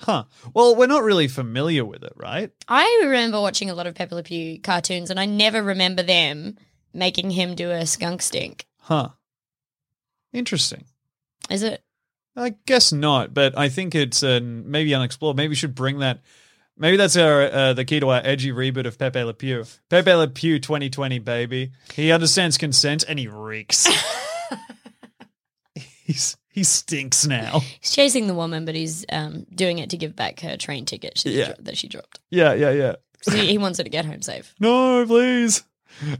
huh. Well, we're not really familiar with it, right?
I remember watching a lot of Pepe Le Pew cartoons, and I never remember them making him do a skunk stink.
Huh. Interesting.
Is it?
I guess not, but I think it's uh, maybe unexplored. Maybe we should bring that. Maybe that's our uh, the key to our edgy reboot of Pepe Le Pew. Pepe Le Pew 2020, baby. He understands consent and he reeks. He's he stinks now.
He's chasing the woman, but he's um, doing it to give back her train ticket she
Yeah.
that she dropped.
Yeah, yeah, yeah.
'Cause He, he wants her to get home safe.
No, please.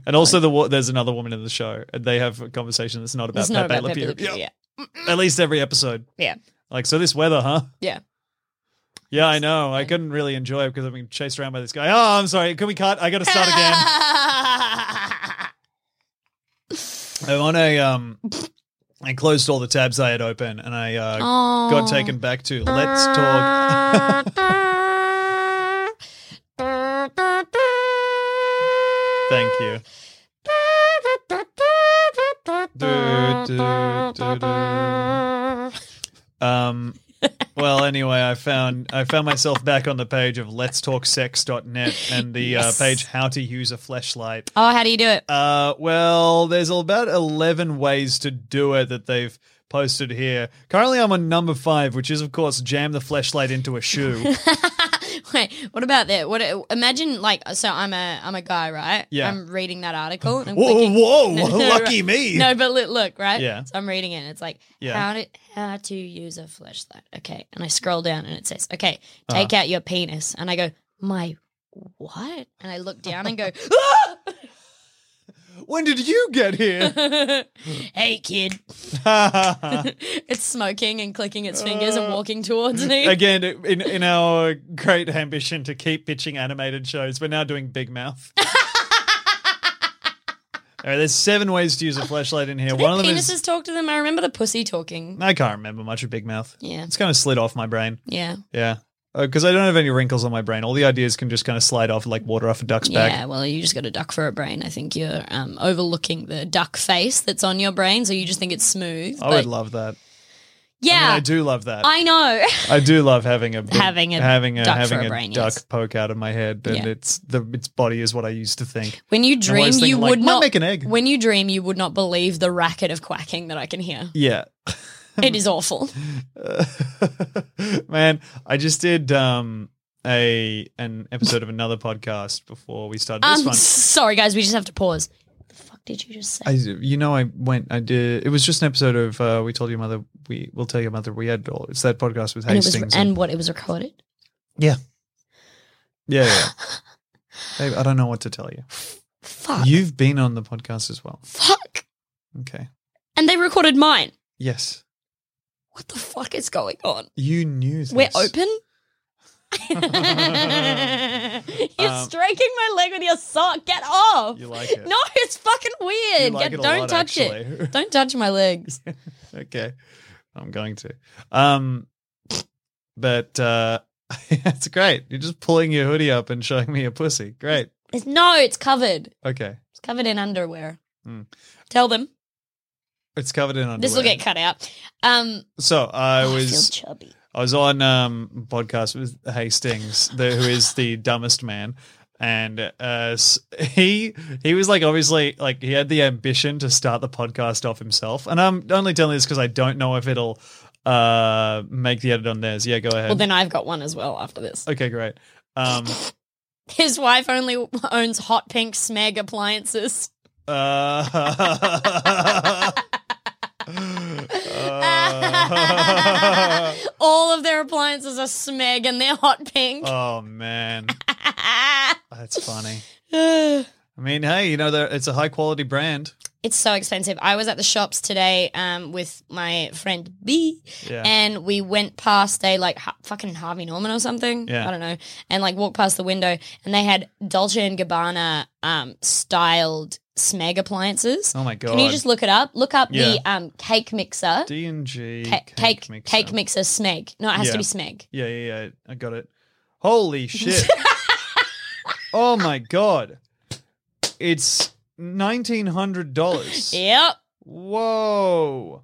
And also the wa- there's another woman in the show, and they have a conversation that's not about
It's
Pepe
not about
Le Pew.
Pepe Le Pew.
Yeah.
Yeah.
At least every episode.
Yeah.
Like so, this weather, huh?
Yeah.
Yeah, I know. I couldn't really enjoy it because I've been chased around by this guy. Oh, I'm sorry. Can we cut? I got to start again. I'm on a um. I closed all the tabs I had open, and I uh, got taken back to Let's Talk. Thank you. Du- du- du- du. Um. Well, anyway, I found I found myself back on the page of Let's Talk Sex.net and the
Yes.
uh, page How to Use a Fleshlight.
Oh, how do you do it?
Uh, well, there's about 11 ways to do it that they've posted here. Currently, I'm on number five, which is, of course, jam the fleshlight into a shoe.
Wait, what about that? What imagine like so I'm a I'm a guy, right?
Yeah.
I'm reading that article and I'm
whoa,
clicking-
whoa,
No, no,
lucky
right.
me.
No, but li- look, right?
Yeah.
So I'm reading it and it's like
Yeah.
how to how to use a flashlight. Okay. And I scroll down and it says, Okay,
Uh-huh.
take out your penis. And I go, My what? And I look down and go, "Ah!"
When did you get here?
Hey kid. It's smoking and clicking its fingers and walking towards me.
Uh, Again, in, in our great ambition to keep pitching animated shows, we're now doing Big Mouth. All right, there's seven ways to use a flashlight in here.
Did
One of them
penises
is
talk to them. I remember the pussy talking.
I can't remember much of Big Mouth.
Yeah.
It's kind of slid off my brain.
Yeah.
Yeah. Because I don't have any wrinkles on my brain. All the ideas can just kind of slide off like water off a duck's
Yeah,
back.
well, you just got a duck for a brain. I think you're um, overlooking the duck face that's on your brain, so you just think it's smooth.
I would
but-
love that. I, mean,
Yeah,
I do love that. I,
I know.
do love having a big-
Having a
having a
duck for
having
a
a
brain,
duck
yes.
poke out of my head, and
Yeah.
it's the its body is what I used to think.
when you
I'm
dream,
always
you
thinking, like,
would
might
not
make an egg.
When you dream, you would not believe the racket of quacking that I can hear.
Yeah,
It is awful.
man, I just did um a an episode of another podcast before we started this
Um,
one.
sorry guys, we just have to pause.
the fuck did you just say?
I, you know, I went. I did. It was just an episode of uh, "We Told Your Mother." We will tell your mother we had all. It's that podcast with
and it was
Hastings.
and what it was recorded.
yeah, yeah, yeah. Babe, I don't know what to tell you.
Ah.
Fuck.
You've been on the podcast as well.
fuck.
Okay.
And they recorded mine.
Yes,
What the fuck is going on?
you knew. This.
We're open. You're
Um,
stroking my leg with your sock. Get off.
You like it.
No, it's fucking
You
weird.
like
Get,
it a
don't
lot,
touch
actually.
it. Don't touch my legs.
okay. I'm going to. Um, but uh, that's great. You're just pulling your hoodie up and showing me your pussy. Great.
It's, no, it's covered.
Okay.
It's covered in underwear.
Hmm.
Tell them.
It's covered in underwear.
This will get cut out. Um,
So I
I feel
was
chubby.
I was on um podcast with Hastings, the, who is the dumbest man, and uh, s- he he was like obviously like he had the ambition to start the podcast off himself, and I'm only telling this because I don't know if it'll uh make the edit on theirs. Yeah, go ahead.
well, then I've got one as well after this.
okay, great. Um,
His wife only owns hot pink smeg appliances.
uh, uh,
All of their appliances are smeg and they're hot pink.
oh man, that's funny. I mean, hey, you know, they're- it's a high quality brand.
it's so expensive. I was at the shops today um, with my friend B,
Yeah.
and we went past a like ha- fucking Harvey Norman or something.
Yeah.
I don't know, and like walked past the window, and they had Dolce and Gabbana um, styled smeg appliances.
Oh my god.
Can you just look it up? Look up
Yeah.
the um, cake mixer,
D and G
Ca- cake cake mixer. smeg. No, it has
Yeah.
to be smeg.
Yeah, yeah, yeah. I got it. Holy shit. oh my god. It's nineteen hundred dollars.
Yep,
Whoa.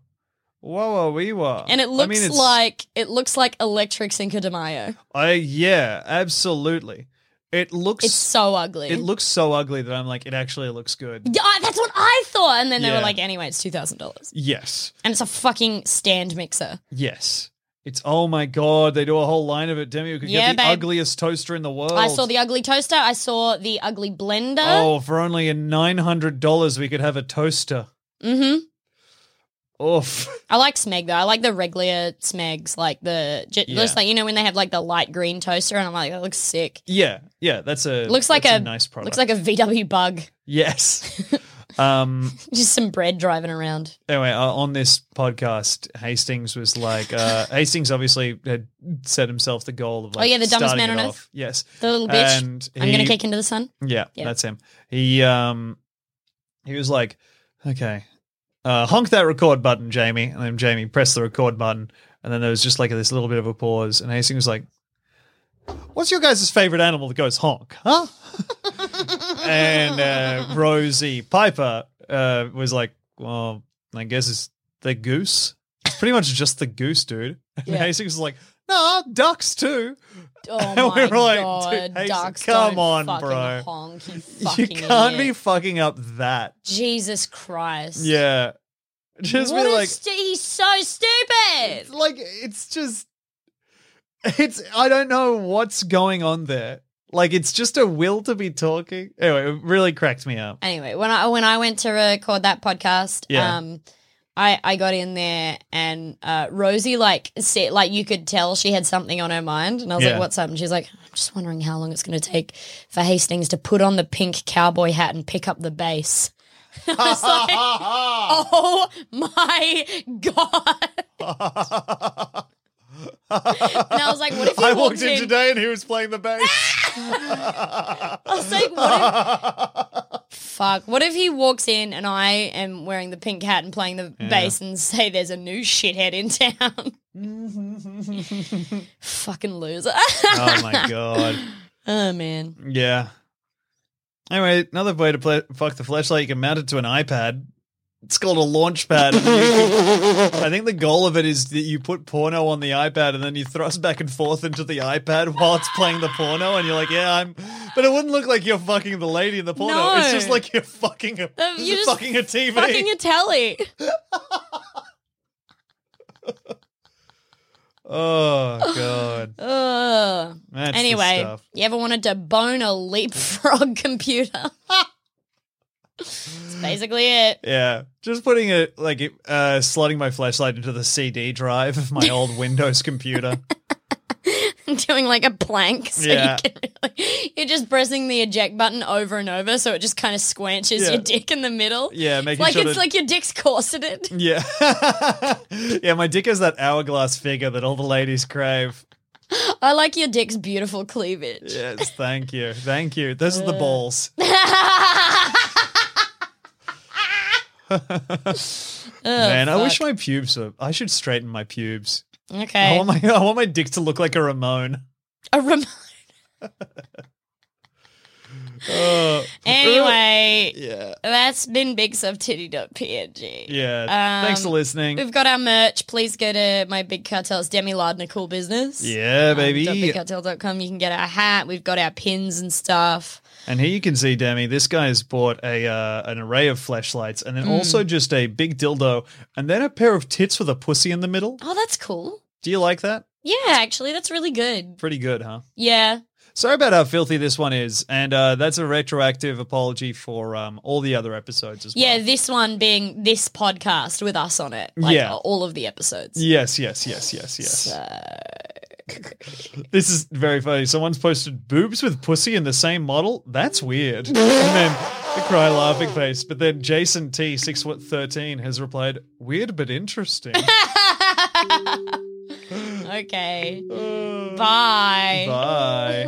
Whoa, wee wah.
and it
I
looks
mean, it's-
like it looks like electric Cinco de Mayo.
I yeah, absolutely. It looks
It's so ugly.
it looks so ugly that I'm like, it actually looks good.
Yeah, that's what I thought. And then they
Yeah.
were like, anyway, it's two thousand dollars,
Yes.
and it's a fucking stand mixer.
Yes. It's oh my god, they do a whole line of it. Demi, you could
Yeah,
get the
babe.
ugliest toaster in the world.
I saw the ugly toaster. I saw the ugly blender.
Oh, for only a nine hundred dollars, we could have a toaster.
hmm
Oof.
I like Smeg though. I like the regular Smegs, like the ju-
Yeah.
just like you know when they have like the light green toaster, and I'm like, that looks sick.
Yeah, yeah, that's a
Looks like
that's
a-
nice product.
Looks like a VW bug,
yes. um.
just some bread driving around.
Anyway, uh, on this podcast, Hastings was like, uh, Hastings obviously had set himself the goal of like,
Oh, yeah, the dumbest
starting
man
it
on
off.
earth.
Yes,
The little bitch.
And
I'm gonna
he-
kick into the sun.
Yeah,
Yeah.
that's him. He um he was like, okay, uh, honk that record button, Jamie, and then Jamie pressed the record button, and then there was just like this little bit of a pause, and Hastings was like, "What's your guys' favorite animal that goes honk?" Huh? and uh, Rosie Piper uh, was like, "Well, I guess it's the goose. It's pretty much just the goose, dude." And
Yeah.
Hastings was like, "Nah, ducks too."
Oh
And we
my
were like,
god,
dude, Hazel,
ducks!
come
don't
on,
fucking
bro.
Honk, you
you
fucking
can't be
idiot.
fucking up that.
Jesus Christ!
Yeah. Just
What
be
a
like,
stu- he's so stupid.
like it's just, it's. I don't know what's going on there. Like it's just a will to be talking. Anyway, it really cracked me up.
anyway, when I when I went to record that podcast,
Yeah.
um, I I got in there and uh, Rosie like said like you could tell she had something on her mind, and I was
Yeah.
like, "What's up?" And she's like, "I'm just wondering how long it's going to take for Hastings to put on the pink cowboy hat and pick up the bass." I was like, "Oh my god!" And I was like, "What if you
I
walked,
walked in today and he was playing the bass.
I was like, "What if fuck? What if he walks in and I am wearing the pink hat and playing the bass and say there's a new shithead in town?" Fucking loser.
oh my god.
oh man.
Yeah. Anyway, another way to play, fuck the flashlight, you can mount it to an iPad. It's called a launch pad. and you can- I think the goal of it is that you put porno on the iPad and then you thrust back and forth into the iPad while it's playing the porno, and you're like, "Yeah, I'm," but it wouldn't look like you're fucking the lady in the porno.
No.
It's just like you're fucking a
Um, you just
fucking a TV.
Fucking a telly.
oh god.
Ugh.
That's the
anyway,
stuff.
you ever wanted to bone a leapfrog computer? That's basically it.
Yeah, just putting it like uh, slotting my flashlight into the CD drive of my old Windows computer.
Doing like a plank. So
Yeah.
you can really, you're just pressing the eject button over and over so it just kind of squanches
Yeah.
your dick in the middle.
Yeah, making
like
sure
it's
that-
like your dick's corseted.
Yeah, yeah, my dick is that hourglass figure that all the ladies crave.
I like your dick's beautiful cleavage.
Yes, thank you, thank you. Those are
Uh,
the balls.
oh,
Man, I wish my pubes were. I should straighten my pubes. I
okay.
want Oh my I want my dick to look like a Ramon.
a remote.
Uh, Oh,
Anyway,
yeah,
that's been bigsubtitty.png.
yeah. Thanks for
Um,
listening.
We've got our merch. Please go to my Big Cartel's Demi Lardner Cool Business.
Yeah,
Um,
baby.
BigCartel.com. You can get our hat. We've got our pins and stuff.
And here you can see, Demi, this guy has bought a uh, an array of flashlights, and then
Hmm.
also just a big dildo, and then a pair of tits with a pussy in the middle.
Oh, that's cool.
Do you like that?
Yeah, actually, that's really good.
Pretty good, huh?
Yeah.
Sorry about how filthy this one is, and uh, that's a retroactive apology for um, all the other episodes as well.
Yeah, this one being this podcast with us on it. Like,
Yeah.
all of the episodes.
Yes, yes, yes, yes, yes. this is very funny. Someone's posted boobs with pussy in the same model. That's weird. and then the cry laughing face. But then Jason T six thirteen has replied, "Weird but interesting."
Okay.
Uh,
Bye.
Bye.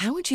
How would